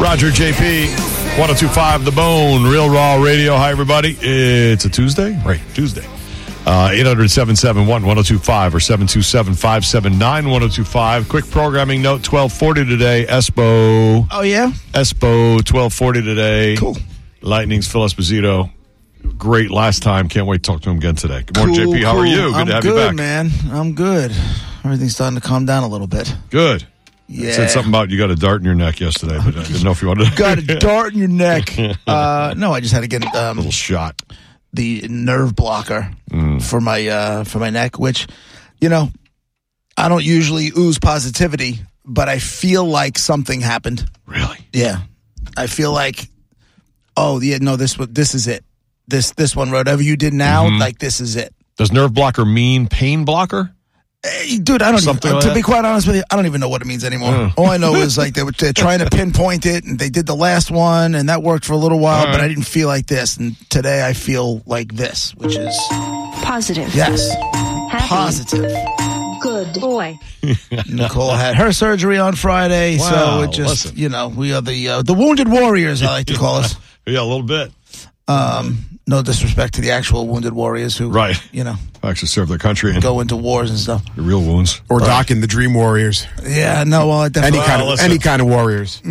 Roger JP, 1025 The Bone, Real Raw Radio. Hi, everybody. It's a Tuesday? Right, Tuesday. Uh, 800 771 1025 or 727 579 1025. Quick programming note 1240 today, Espo. Oh yeah. Espo 1240 today. Cool. Lightning's Phil Esposito. Great last time. Can't wait to talk to him again today. Good morning, Cool, JP. How cool. are you? Good I'm to have good, you back. man. I'm good. Everything's starting to calm down a little bit. Good. Yeah. Said something about you got a dart in your neck yesterday, but I didn't know if you wanted to. Got a dart in your neck. Uh, no, I just had to get um, little shot. the nerve blocker Mm. for my uh, for my neck, which you know I don't usually ooze positivity, but I feel like something happened. Really? Yeah, I feel like oh yeah no this wa- this is it this this one whatever you did now Mm-hmm. like this is it. Does nerve blocker mean pain blocker? Hey, Dude, I don't Something even, uh, like to that? Hmm. be quite honest with you, I don't even know what it means anymore. All I know is like they were, they're trying to pinpoint it, and they did the last one, and that worked for a little while, All but right. I didn't feel like this, and today I feel like this, which is Positive. yes, Happy. positive. Good boy. Nicole had her surgery on Friday, Wow, so it just listen. you know we are the uh, the wounded warriors, I like to call us. Yeah, a little bit. Um, no disrespect to the actual wounded warriors who, Right. You know, Actually, serve their country and go into wars and stuff. the real wounds. or docking the Dream Warriors. Yeah, no, well, I Any definitely. kind of listen. any kind of Warriors.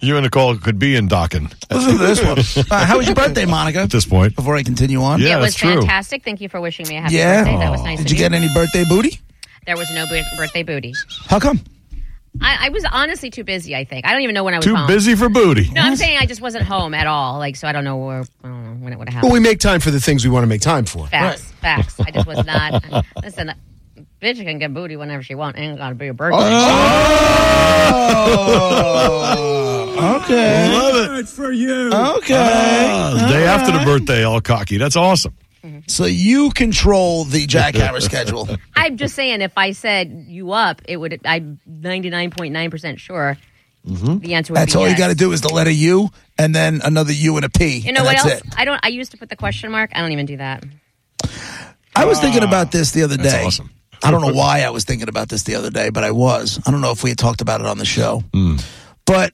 You and Nicole could be in docking at Listen to this one. Uh, how was your birthday, Monica? this point. Before I continue on, Yeah, it was that's true. fantastic. Thank you for wishing me a happy Yeah. birthday. That was nice Did of you you. get any birthday booty? there was no bu- birthday booty. How come? I, I was honestly too busy. I think I don't even know when I was Too home. busy for booty. No, I'm saying I just wasn't home at all. Like, so I don't know where I don't know when it would have But happened. we make time for the things we want to make time for. Oh, facts, facts. I just was not. Listen, bitch can get booty whenever she wants. Ain't gotta be a Oh, birthday. Okay. Love it. Okay. Ah, the day after the birthday, all cocky. That's awesome. So you control the jackhammer schedule. I'm just saying, if I said you up, it would. I'm 99.9 percent sure. The answer would Mm-hmm. That's be all you yes. got to do is the letter U and then another U and a P. You know and what that's else? It. I don't. I used to put the question mark. I don't even do that. I was thinking about this the other day. awesome. I don't know why I was thinking about this the other day, but I was. I don't know if we had talked about it on the show. But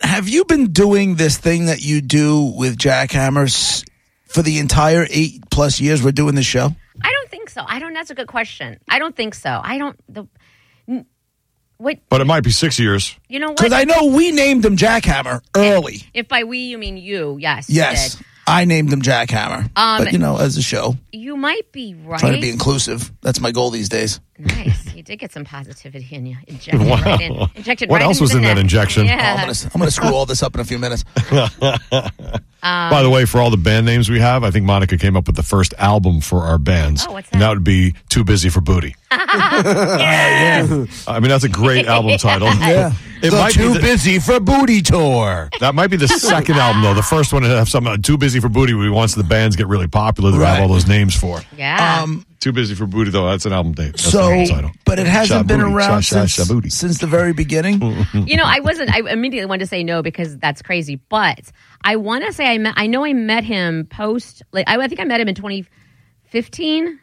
have you been doing this thing that you do with jackhammers for the entire eight plus years we're doing the show? I don't think so. I don't. That's a good question. I don't think so. I don't. The, n- what But it might be six years. you know? What Because I know we named him Jackhammer early. if by we you mean you? Yes. you Yes, did. I named him Jackhammer. Um, but you know, as a show, You, might be right. trying to be inclusive. That's my goal these days. nice. You did get some positivity in you. Injected Wow. right in. Injected What right else into was the in that neck. injection? Oh, I'm Yeah. gonna s- I'm going to screw all this up in a few minutes. Um, By the way, for all the band names we have, I think Monica came up with the first album for our bands. Oh, what's And that? that would be Too Busy for Booty. I mean, that's a great album title. Yeah. It might be the- busy for booty tour. that might be the second album, though. The first one to have some uh, Too Busy for Booty, we once the bands get really popular, they have Right. all those names for. Yeah. Um, Too Busy for Booty, though. That's an album name. That's the so, album title. but it hasn't been Shabooty, around sha- sha- since, shabooty. since the very beginning. you know, I wasn't. I immediately wanted to say no because that's crazy. But I want to say I met. I know I met him post. Like I, I think I met him in 2015,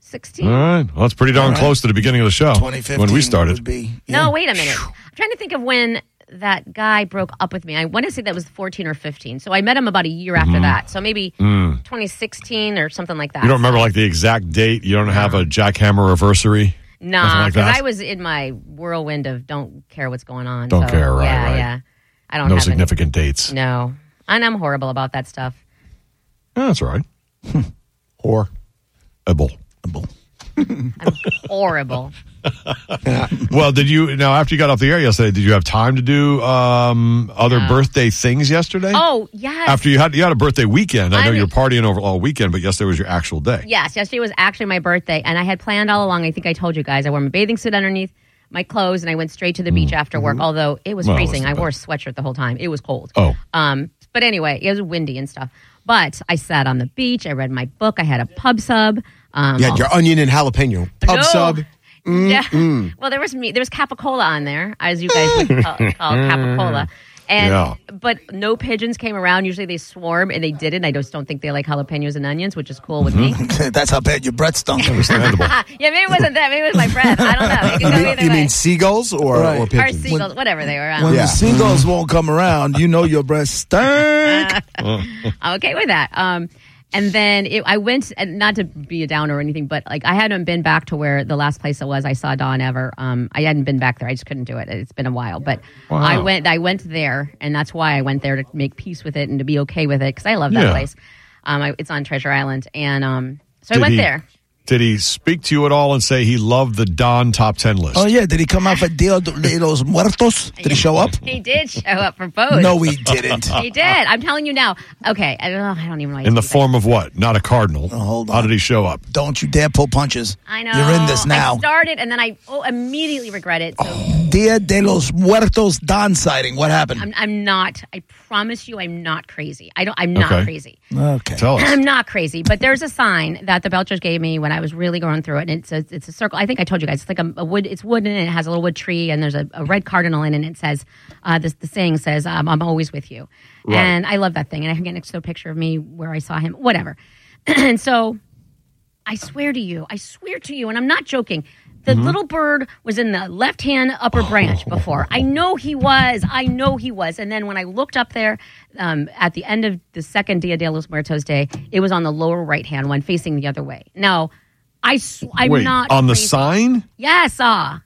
16. All right. Well, that's pretty darn close to the beginning of the show 2015 when we started. would be No, wait a minute. I'm trying to think of when that guy broke up with me. I want to say that was 14 or 15. So I met him about a year after that. So maybe 2016 or something like Mm-hmm. that. Mm. You don't remember like the exact date. You don't have a jackhammer anniversary. nothing Nah, like because that? I was in my whirlwind of don't care what's going on. Don't so, care, right, Yeah, right. yeah. I don't No have any- significant dates. No, and I'm horrible about that stuff. Yeah, Oh, that's all right. Hmm. Or A bull. Horrible. Well, did you now after you got off the air yesterday? Did you have time to do um, other birthday things yesterday? oh yes. After you had you had a birthday weekend. I, I know you were mean- partying over all weekend, but yesterday was your actual day. Yes, yesterday was actually my birthday, and I had planned all along. I think I told you guys I wore my bathing suit underneath my clothes, and I went straight to the beach after work. Although it was Well, freezing, that's I not wore a sweatshirt the whole time. It was cold. Oh. um, but anyway, it was windy and stuff. But I sat on the beach. I read my book. I had a pub sub. Um, you had your onion and jalapeno pub no. sub. yeah. Well, there was me. There was capicola on there, as you guys would call, call capicola. And Yeah. but no pigeons came around. Usually they swarm, and they didn't. I just don't think they like jalapenos and onions, which is cool with me. That's how bad your breath stunk. Understandable. yeah, maybe it wasn't that. Maybe it was my breath. I don't know. It could go either you way. mean seagulls or, Right. or Or or pigeons? seagulls, whatever they were. I When don't the seagulls Mm-hmm. won't come around, you know your breath stink. I'm okay with that. Um, and then it, I went, and not to be a downer or anything, but like I hadn't been back to where the last place I was I saw Dawn ever. Um, I hadn't been back there. I just couldn't do it. It's been a while, but Wow. I went. I went there, and that's why I went there to make peace with it and to be okay with it because I love that Yeah. place. Um, I, it's on Treasure Island, and um, so I Did went he- there. Did he speak to you at all and say he loved the Don top 10 list? Oh yeah, did he come out for Dia de los Muertos? Did he show up? He did show up for both. No, he didn't. he did. I'm telling you now. Okay, I, ugh, I don't even know. why I In the said that. form of what? Not a cardinal. Oh, hold How on. did he show up? Don't you dare pull punches. I know You're in this I now. Oh. started, and then I oh, immediately regret it. So Dia de los Muertos Don sighting. What happened? I'm, I'm not. I promise you, I'm not crazy. I don't. I'm not Okay. crazy. okay. Tell us. I'm not crazy. But there's a sign that the Belchers gave me when I was really going through it, and it's a, it's a circle. I think I told you guys it's like a, a wood. It's wood, and it has a little wood tree, and there's a, a red cardinal in, it, and it says, uh, this, "The saying says, um, I'm always with you." And I love that thing. And I can get next to a picture of me where I saw him. Whatever. and so I swear to you, I swear to you, and I'm not joking. The Mm-hmm. little bird was in the left hand upper branch Oh. before. I know he was. I know he was. And then when I looked up there um, at the end of the second Dia de los Muertos day, it was on the lower right hand one facing the other way. Now, I sw- I'm Wait, not on the crazy. sign? Yes, ah.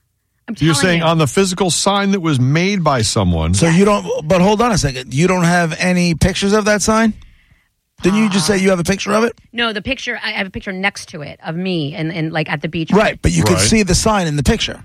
I'm telling You're saying you. on the physical sign that was made by someone. So you don't. But hold on a second. You don't have any pictures of that sign. Didn't you just say you have a picture of it? no the picture. I have a picture next to it of me and, and like at the beach. Right, but you could Right. see the sign in the picture.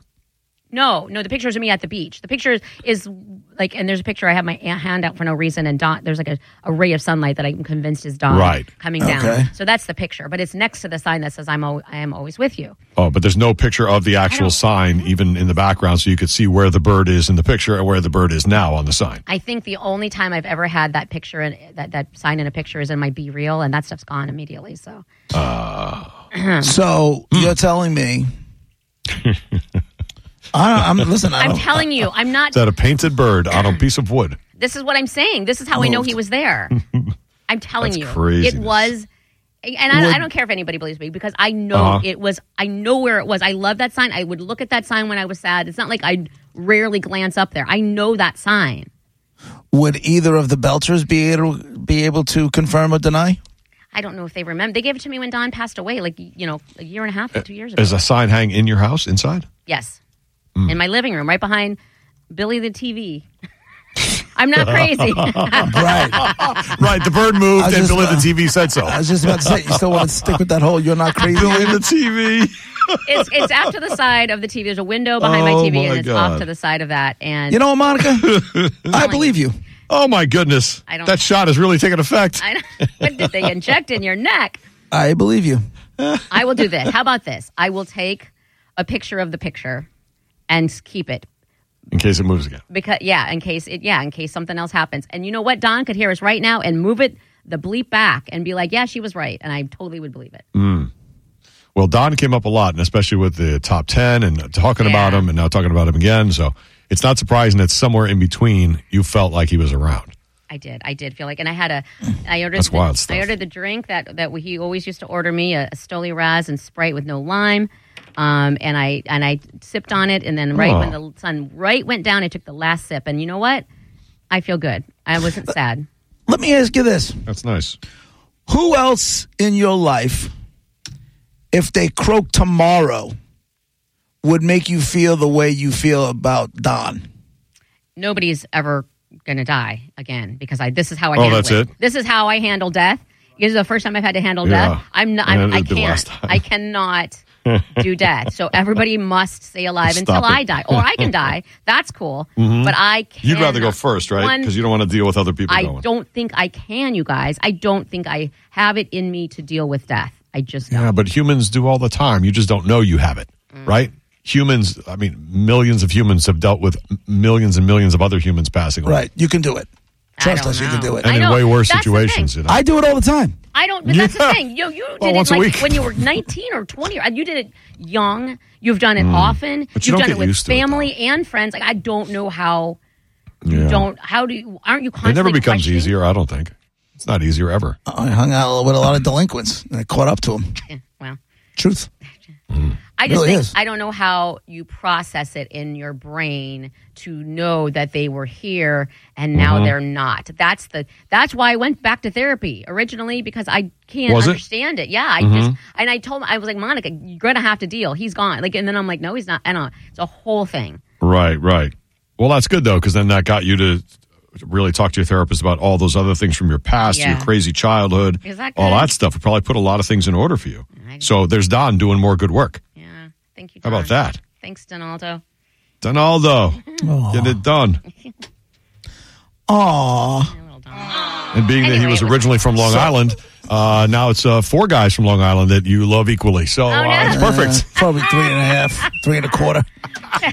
No, no, the pictures of me at the beach. The picture is, is like, and there's a picture I have my a- hand out for no reason, and Don, there's like a, a ray of sunlight that I'm convinced is Don Right. coming Okay. down. So that's the picture, but it's next to the sign that says I'm al- I am always with you. oh, but there's no picture of the actual don't- sign even in the background so you could see where the bird is in the picture and where the bird is now on the sign. I think the only time I've ever had that picture and that that sign in a picture is in my B reel, and that stuff's gone immediately. So So you're telling me. I don't, I'm listen. I I'm don't, telling you, I'm not. Is that a painted bird on a piece of wood? This is what I'm saying. This is how I know he was there. I'm telling That's you, craziness. it was. And I, I don't care if anybody believes me because I know Uh-huh. it was. I know where it was. I love that sign. I would look at that sign when I was sad. It's not like I rarely glance up there. I know that sign. would either of the Belchers be able be able to confirm or deny? I don't know if they remember. They gave it to me when Don passed away, like you know, a year and a half, two years ago. Uh, Is Hmm. a sign hang in your house inside? yes, in my living room, right behind Billy the TV. I'm not crazy. Right. right, the bird moved I and just- Billy the TV said so. I was just about to say. You still want to stick with that whole? You're not crazy. Billy the TV. it's it's out to the side of the TV. There's a window behind my Oh, TV, my and it's God. off to the side of that. And You know, what, Monica, I believe you. Oh my goodness. I don't- that shot is really taking effect. I know. what did they inject in your neck? I believe you. I will do this. How about this? I will take a picture of the picture and s- keep it in case it moves again. because yeah, in case it yeah, in case something else happens. And you know what? Don could hear us right now and move it the bleep back and be like, "Yeah, she was right," and I totally would believe it. Well, Don came up a lot, and especially with the top 10 and talking Yeah. about him and now talking about him again. So it's not surprising that somewhere in between you felt like he was around. I did. I did feel like, and I had a. I ordered. Mm. That's the, wild stuff. I ordered the drink that that he always used to order me a, a Stoli Raz and Sprite with no lime, um, and I and I sipped on it, and then right when Oh. the sun right went down, I took the last sip, and you know what? I feel good. I Uh, wasn't sad. Let me ask you this: That's nice. Who else in your life, if they croak tomorrow, would make you feel the way you feel about Don? Nobody's ever gonna die again because I. This is how I. Oh, handle that's it? This is how I handle death. This is the first time I've had to handle Yeah. death. I'm not. And I'm, it I is the can't. last time. I cannot do death. So everybody must stay alive Stop until I it. Mm-hmm. die, or I can die. That's cool. But I can't. You'd rather go first, right? Because you don't want to deal with other people I going. don't think I can, you guys. I don't think I have it in me to deal with death. I just don't. Yeah, but humans do all the time. You just don't know you have it, Mm. right? Humans, I mean, millions of humans have dealt with m- millions and millions of other humans passing away. Right? You can do it. I Trust don't us, you can know. do it. And I in know. way worse That's the situations. thing. You know? I do it all the time. I don't. But that's Yeah. Oh, the thing. You you did once it a like week. when you were nineteen or twenty. Or, you did it young. You've done it often. Mm. But you You've don't get done it with used to it, family and friends. Like I don't know how. Yeah. You don't. How do you? Aren't you? It Constantly never becomes questioning- easier, I don't think. It's not easier ever. Uh, I hung out with a lot of delinquents and I caught up to them. Yeah, Well, Truth. I just really think is. I don't know how you process it in your brain to know that they were here and now Mm-hmm. they're not. That's the that's why I went back to therapy originally because I can't Was it? Mm-hmm. understand it. Yeah, I just and I told I was like Monica, you're gonna have to deal. He's gone. Like and then I'm like, no, he's not. I don't. It's a whole thing. Right, right. Well, that's good though, because then that got you to really talk to your therapist about all those other things from your past, your Yeah. crazy childhood, Is that all good? that stuff. It probably put a lot of things in order for you. I- So there's Don doing more good work. Yeah. Thank you. How about John. that? Thanks, Donaldo. Donaldo, get it done. Aw. Yeah, little Don. And being that he Anyway, was it was- originally from Long Island, uh, now it's uh, four guys from Long Island that you love equally. So uh, Oh, no. it's perfect. Probably three and a half, three and a quarter.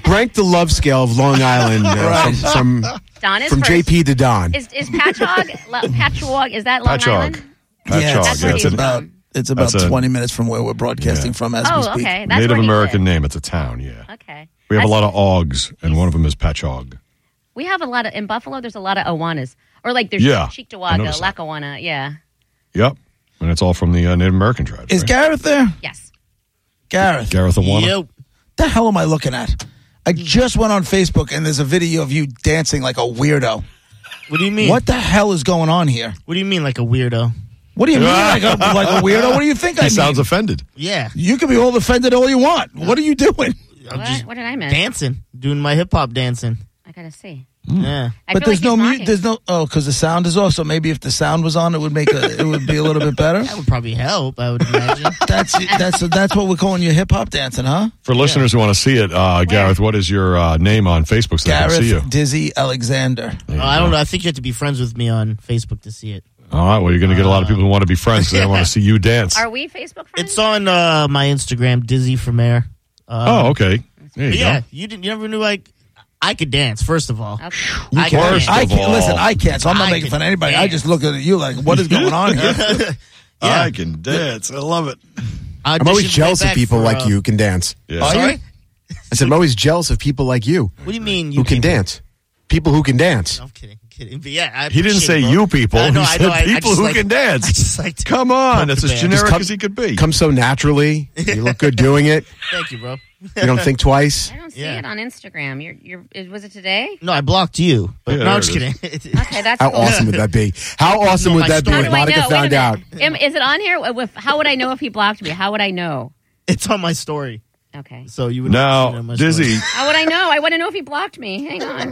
Rank the love scale of Long Island uh, from, from, Don is from first. JP to Don. Is is Patchogue Le- Patchogue? Is that Long Patchogue. Island? Patchogue. yeah, it's, where it's he's about from. it's about That's a- twenty minutes from where we're broadcasting Yeah. from as we Oh, speak. okay. That's Native where he American lived. name. It's a town, yeah. Okay. We have a That's- lot of Augs, and one of them is Patchogue. We have a lot of in Buffalo. There's a lot of Awanas, or like there's Yeah, yeah, I Cheektowaga, noticed that. Lackawanna. Yeah. Yep. And it's all from the uh, Native American tribes. Is right? Gareth there? Yes. Gareth. Gareth Awana? Yo. The hell am I looking at? I just went on Facebook and there's a video of you dancing like a weirdo. What do you mean? What the hell is going on here? What do you mean, like a weirdo? What do you mean like a, like a weirdo? What do you think I he mean? sounds offended. Yeah, you can be all offended all you want. What are you doing? I'm What? just What did I miss? dancing, doing my hip hop dancing. I gotta see. Hmm. Yeah, I but feel there's like no he's mute. mocking. There's no oh, because the sound is off. So maybe if the sound was on, it would make a, it would be a little bit better. that would probably help. I would imagine. That's that's that's what we're calling you hip hop dancing, huh? For listeners who want to see it, uh, Gareth, what is your uh, name on Facebook so they can see you? Gareth Dizzy Alexander. There you Uh, I go. don't know. I think you have to be friends with me on Facebook to see it. All right, well, you're going to get a lot of people who want to be friends because they want to see you dance. Are we Facebook friends? It's on uh, my Instagram, Dizzy from Air. Uh, oh, okay. There you yeah, go. you didn't. You never knew like I could dance. First of all, Okay. I could First dance. I of can't listen. all, I can't. So I'm not I making can fun of anybody. I dance. just look at you like, what is going on here? yeah. can dance. I love it. I I'm always auditioned jealous of back people for, like uh, you who can dance. Yeah. Are Sorry? you? I said, I'm always jealous of people like you What do you mean? You who can dance. People who can dance. I'm kidding, I'm kidding. But yeah, I He didn't appreciate say it, bro. you people. I know, he I said know, I- I people just who like- can I dance. just like to Come on. pump That's the as band. generic come- as he could be. Come so naturally. You look good doing it. Thank you, bro. You don't think twice. I don't see Yeah. it on Instagram. You're, you're, is- was it today? No, I blocked you. But Yeah, no, there I'm just it kidding. Okay, that's How cool. awesome would that be? How awesome No, would my that be story. Oh. How if do I Monica know? Wait a found minute. out? Am- is it on here? With- how would I know if he blocked me? How would I know? it's on my story. Okay. So you would now, Dizzy, How would I know? I want to know if he blocked me. Hang on.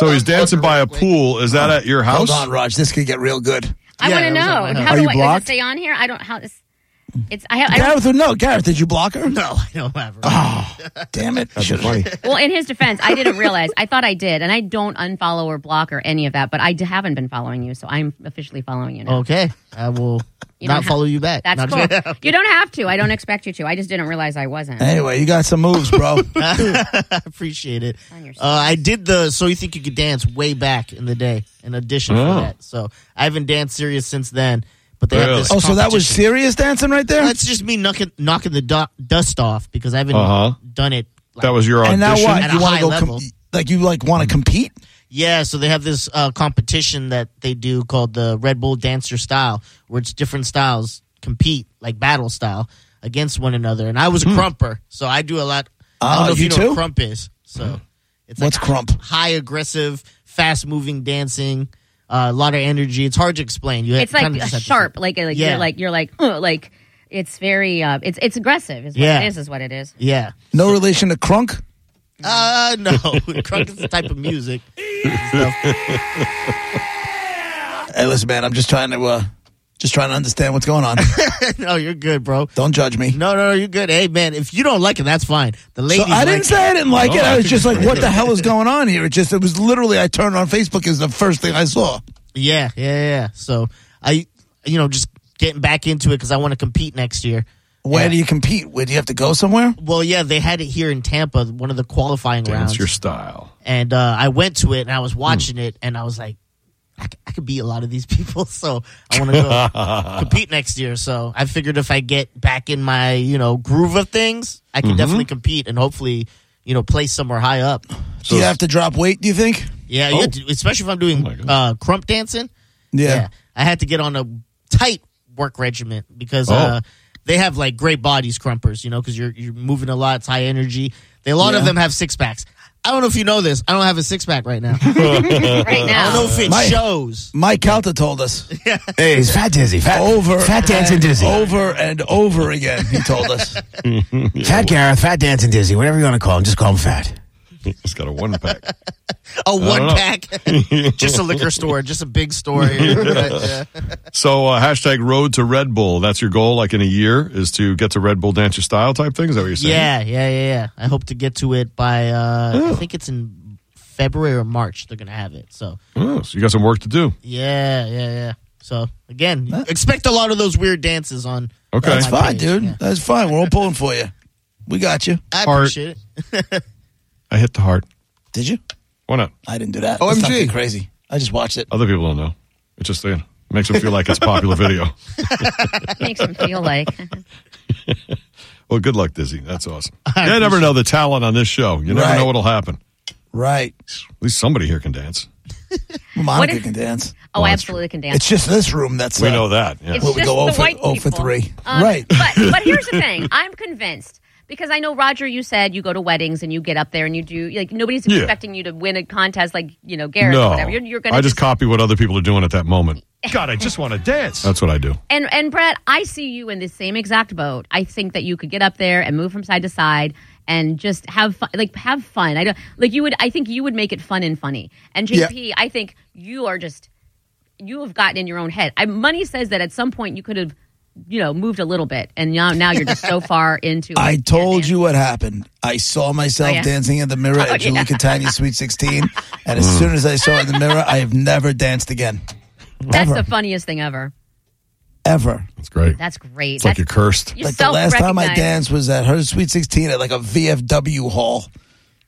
so he's dancing by a pool. Is that at your house? Hold on, Raj. This could get real good. I Yeah, want to it was on my know. head. How Are do you I? Does blocked? it stay on here? I don't. How this? It's. I have. I don't, Gareth, no, Gareth, did you block her? Ah, No, I don't have her. Damn it. Should've- Funny. well, in his defense, I didn't realize. I thought I did, and I don't unfollow or block or any of that. But I d- haven't been following you, so I'm officially following you now. Okay, I will You don't not have- follow you back. That's Oh, Not- cool. you don't have to. I don't expect you to. I just didn't realize I wasn't. Anyway, you got some moves, bro. I appreciate it. On your Uh, I did the So You Think You Could Dance way back in the day, an audition Oh. for that. So I haven't danced serious since then. But they Really? have this. oh, so that was competition. serious dancing right there? That's just me knocking knocking the du- dust off because I haven't Uh-huh. done it. like- That was your audition. and now what? at You a want to high go level. com- like you like want to compete? Yeah, so they have this uh, competition that they do called the Red Bull Dancer Style, where it's different styles compete like battle style against one another. And I was a crumper, so I do a lot. I Hmm. Ah, don't know if you you, know too? Hmm. what crump is. So it's What's crump? high aggressive, fast moving dancing, uh, a lot of energy. It's hard to explain. You It's like kinda just have to see. sharp. Like like Yeah. you're like you're like "Ugh," like it's very uh it's it's aggressive. Is what Yeah. it is. Is what it is. Yeah. No relation to crunk? Hmm. Uh no, crunk is the type of music. Hey, listen, man, I'm just trying to uh just trying to understand what's going on. no, you're good, bro. Don't judge me. No, no, no, you're good. Hey, man, if you don't like it, that's fine. The So ladies, I didn't like say I didn't like No, it. I I was think just it's like, what the hell is going on here? It just it was literally I turned on Facebook is the first thing I saw. Yeah, yeah, yeah. So I, you know, just getting back into it because I want to compete next year. Where Yeah. do you compete? Where do you have to go somewhere? Well, yeah, they had it here in Tampa, one of the qualifying Dance rounds, your Hmm. style. and uh, I went to it and I was watching it and I was like, I, c- I could beat a lot of these people, so I want to go compete next year. So I figured if I get back in Mm-hmm. my you know groove of things, I can definitely compete and hopefully you know play somewhere high up. So do you it's- have to drop weight? Do you think? Yeah, Oh. you have to, especially if I'm doing my God. uh, crump dancing. Yeah. I had to get on a tight work regiment because Oh. uh, they have like great bodies, crumpers. You know, because you're you're moving a lot, it's high energy. They, a lot of Yeah. them have six packs. I don't know if you know this. I don't have a six pack right now. I right now. don't know if it My- shows. Mike Calta told us Hey, it's fat dizzy. Fat, over, fat dancing and dizzy. over and over again. He told us. Fat Gareth, fat dancing dizzy, whatever you want to call him, just call him fat. It's got a one pack. A one know. pack, just a liquor store, just a big store. Yeah. so uh, hashtag road to Red Bull. That's your goal, like in a year, is to get to Red Bull dancer style type thing. Is that what you're saying? Yeah, yeah, yeah, yeah. I hope to get to it by uh I think it's in February or March they're gonna have it. So Oh, so you got some work to do. yeah, yeah, yeah. So again, you expect a lot of those weird dances on. Okay. on That's my Fine, page, dude. yeah. That's fine. We're all pulling for you. We got you. I Heart. appreciate it. I hit the heart. Did you? Why not? I didn't do that. OMG. Let's not get crazy. I just watched it. Other people don't know. It's just saying. Makes them feel like it's a popular video. makes them feel like oh, Well, good luck, Dizzy. That's awesome. You never know the talent on this show. You never Right. know what'll happen. Right. At least somebody here can dance. Monica if- can dance. oh, Well, I that's true. absolutely can dance. It's just this room that's. We uh, know that. Yeah. It's Well, we just go the oh for- white oh for people. three. Right. Um, But but here's the thing. I'm convinced because I know Roger. You said you go to weddings and you get up there and you do like nobody's Yeah. expecting you to win a contest like you know Garrett no, or whatever. You're, you're gonna I just copy what other people are doing at that moment. God, I just want to dance. That's what I do. and and Brett, I see you in the same exact boat. I think that you could get up there and move from side to side and just have fun, like have fun. I don't like you would. I think you would make it fun and funny. And JP, I think you are just you have gotten in your own head. I, money says that at some point you could have you know moved a little bit, and now now you're just so far into. I it. told you what happened. I saw myself Oh, yeah. dancing in the mirror at Julie Catani's Sweet 16, and as Mm. soon as I saw it in the mirror, I have never danced again. That's Ever. the funniest thing ever. Ever. That's great. That's great. it's like you're cursed. you're Like the last time I self-recognized. danced was at her Sweet 16 at like a VFW hall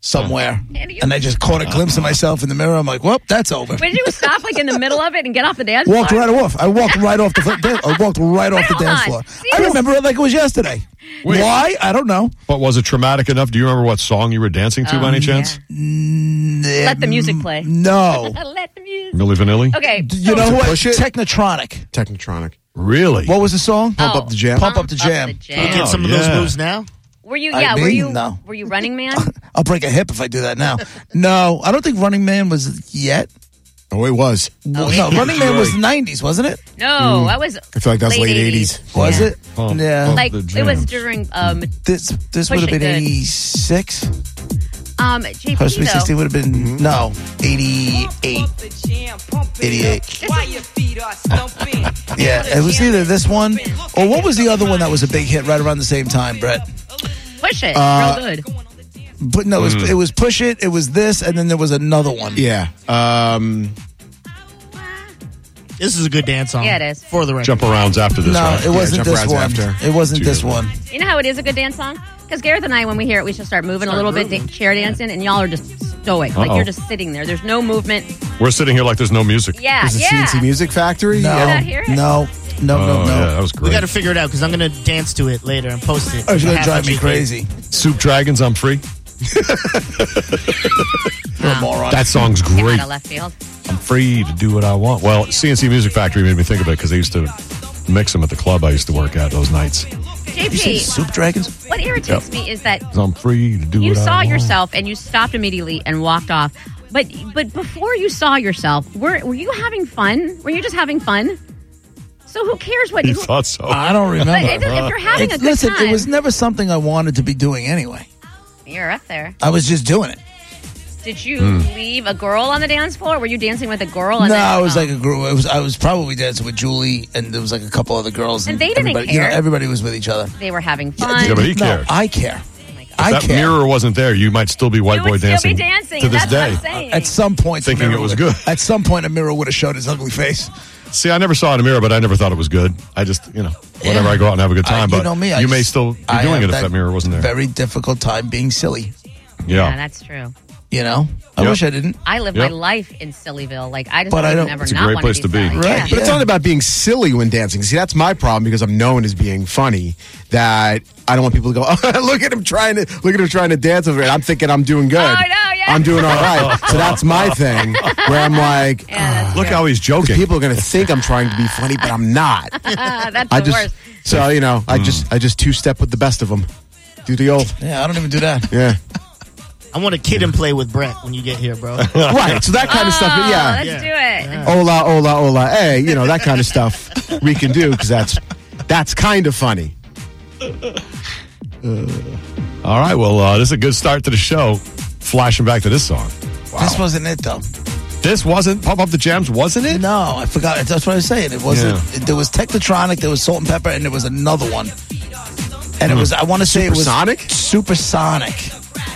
somewhere. And you- And I just caught a glimpse of myself in the mirror. I'm like, well, that's over. When did you stop like in the middle of it and get off the dance Walked floor? right off. I walked right off the. fl- I walked right off the Wait, hold dance on. floor. See, I this- remember it like it was yesterday. Wait. Why? I don't know. But was it traumatic enough? Do you remember what song you were dancing to by Um, any chance? Let the music play. Mm, No. Let the music. Millie Vanilli? Okay. You so- know what? push it? Technotronic. Technotronic. Really? What was the song? Pump Oh. Up the Jam. Pump up the jam. Can we Oh, get some of yeah. those moves now? Were you? I Yeah. were mean, you? no. Were you Running Man? I'll break a hip if I do that now. no, I don't think Running Man was yet. Oh, it was. Well, no, Running Man was '90s, wasn't it? No, I was. I feel like that's late 80s. Was Yeah. it? Pump yeah. Up Like The it Jam. was during um this this Push would have It been Good. '86. um Her JP Sweet though. 16 would have Mm-hmm. been no '88. 88. Yeah, it was either this one or what was the other one that was a big hit right around the same time, Brett? Push it. Real good. But no, it was, it was Push It, it was this, and then there was another one. Mm. Yeah. Um, This is a good dance song. Yeah, it is. For the record. Jump arounds after this, No, right? it wasn't Jump this Rides one. After. It wasn't Two this years. one. You know how it is a good dance song? Because Gareth and I, when we hear it, we should start moving a little bit, da- chair dancing, and y'all are just stoic. Like Uh-oh. you're just sitting there. There's no movement. We're sitting here like there's no music. Yeah. is it yeah. CNC Music Factory? No, not hear it? no, no, Oh, no, no. yeah, that was great. We got to figure it out because I'm gonna dance to it later and post it. Oh, it's gonna Half drive of me it. crazy. Soup Dragons, I'm free. You're a moron. That song's Came great. out of left field. I'm free to do what I want. Well, CNC Music Factory made me think of it because they used to mix them at the club I used to work at those nights. you say JP, Soup Dragons? what irritates me is that 'Cause I'm free to do you what I saw want. yourself and you stopped immediately and walked off. But but before you saw yourself, were were you having fun? Were you just having fun? So who cares what You who- thought so. I don't But remember. if, if you're having a It's- good listen, time, it was never something I wanted to be doing anyway. you're up there. I was just doing it. Did you Hmm. leave a girl on the dance floor? Were you dancing with a girl? And No, then- I was oh. like a group. I was I was probably dancing with Julie, and there was like a couple other girls, And they didn't everybody, You know, care. everybody was with each other. they were having fun. Oh Yeah, but he no, cared. I care. I that care. mirror wasn't there. You might still be white you boy would still dancing, be dancing. to this that's day. What I'm saying. at some point, the Thinking mirror it was would've- good. At some point, a mirror would have showed his ugly face. See, I never saw it in a mirror, but I never thought it was good. I just, you know, whenever Yeah. I go out and have a good I- time, you but know me. I you may just- still be I doing have it if that mirror wasn't there. Very difficult time being silly. yeah, yeah. that's true. You know, I Yep. wish I didn't. I live Yep. my life in Sillyville. Like I just But I would don't- never It's a not great wanna place to be. silly. Right. Yeah. But it's Yeah. not about being silly when dancing. See, that's my problem because I'm known as being funny. That I don't want people to go, oh, look at him trying to look at him trying to dance over it. I'm thinking I'm doing good. Oh, no, yeah, I'm doing all right. So that's my thing where I'm like, "Ah, Yeah, that's Look true. how he's joking. people are going to think I'm trying to be funny, but I'm not. Ah, that's I the just worst. so you know, I just I just two step with the best of them. Do the old, Yeah, I don't even do that. yeah, I want a kid and play with Brett when you get here, bro. right. So that kind of stuff, Oh, yeah. let's Yeah. do it. Hola, hola, hola, hey, you know that kind of stuff we can do because that's that's kind of funny. All right. Well, uh, this is a good start to the show. Flashing back to this song. This wasn't it though. This wasn't Pump Up the Jams, wasn't it? No, I forgot. That's what I was saying. It wasn't. Yeah. There was Technotronic, there was Salt and Pepper, and there was another one. And it was. I want to say it was Supersonic? Supersonic.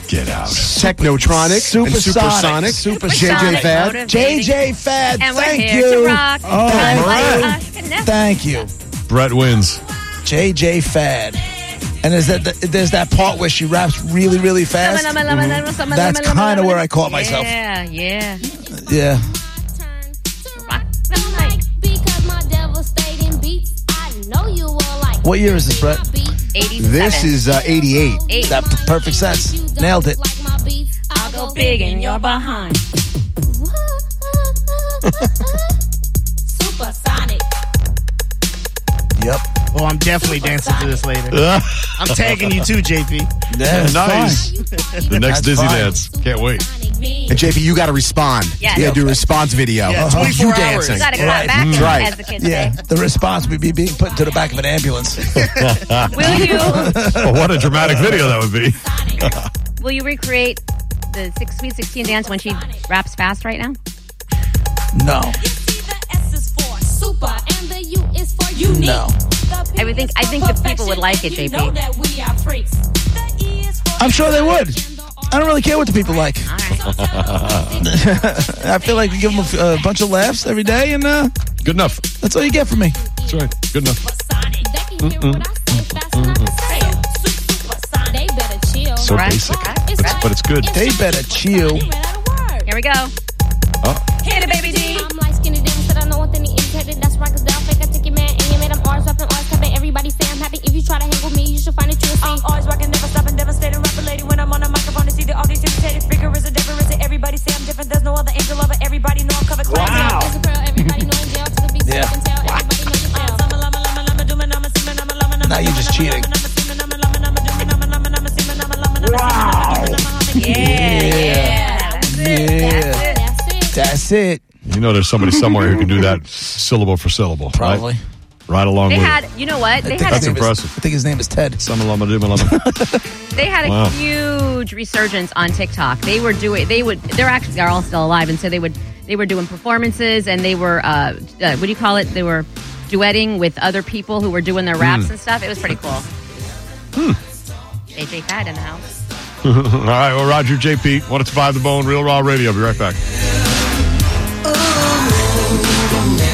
Get out. Technotronic, and supersonic, Supersonic. JJ Fad. JJ Fad. And we're thank here to you. rock. Oh, Just Brett. like us, connect. Thank you, Brett wins. JJ Fad. And is that there's that part where she raps really really fast? That's kind of where I caught myself. Yeah, yeah. Yeah. Rock the mic. Because my devastating beats, I know you will like. What year is this, Brett? 87. This is uh, 88. Eight. That p- perfect sense. Nailed it. Like my beats, I'll go big and you're behind. supersonic. Yep. Oh, I'm definitely dancing to this later. I'm tagging you too, JP. Yeah, nice. The next That's Disney fine. dance. Can't wait. Sonic me. And JP, you got to respond. Yes. You got to do a response video. Yeah, of 24 you hours. dancing. Got to come Right. back, Right. as the kids Yeah, the response would be being put into the back of an ambulance. say. Will you Well, what a dramatic video that would be. will you recreate the six, Sweet 16 dance when she raps fast right now? No, See, the S is for super, and the U is for unique. No. The P I would think- is I for think the people would perfection, like it, and JP. you know that we are freaks. The E is for I'm sure they would. I don't really care what the people like. All right. I feel like we give them a, f- a bunch of laughs every day, and uh, Good enough. that's all you get from me. That's right. Good enough. supersonic. They can hear what I say fast enough to say it. Su- supersonic. They better chill. So Right. basic. It's But, but it's good. They better chill. They ran out of words. Here we go. Hit it, baby D. I'm like skinny damn, said I know one thing to indicate that's right, cause down fake. I take your man and you made them ours, rapping ours, tapping. Everybody say I'm happy. If you try to hang with me, you should find it true. I'm always rocking, never stopping, devastating, rapper lady. When I'm on the microphone, to see that all these imitated figure is a different. is it? Everybody say I'm different. There's no other angel lover. Everybody know I'm covered. Wow. As a girl, everybody knowing jail to the beat, Yeah. yeah. can tell. Everybody know you fail. Now you're just cheating. Wow. Yeah, yeah. That's it. That's Yeah. it. That's it. That's it. You know, there's somebody somewhere who can do that syllable for syllable. right? Probably. Right, along They with had, you know what? They I think his had, That's a, name is- impressive. I think his name is Ted. it. Samalama dimalama. they had a Wow. huge resurgence on TikTok. They were doing, they would, they're actually they're all still alive, and so they would, they were doing performances, and they were, uh, uh, what do you call it? They were duetting with other people who were doing their raps and stuff. It was pretty cool. Hmm. AJ Fad in the house. Mm-hmm. All right, well, Roger JP, 105 The Bone, Real Raw Radio. Be right back.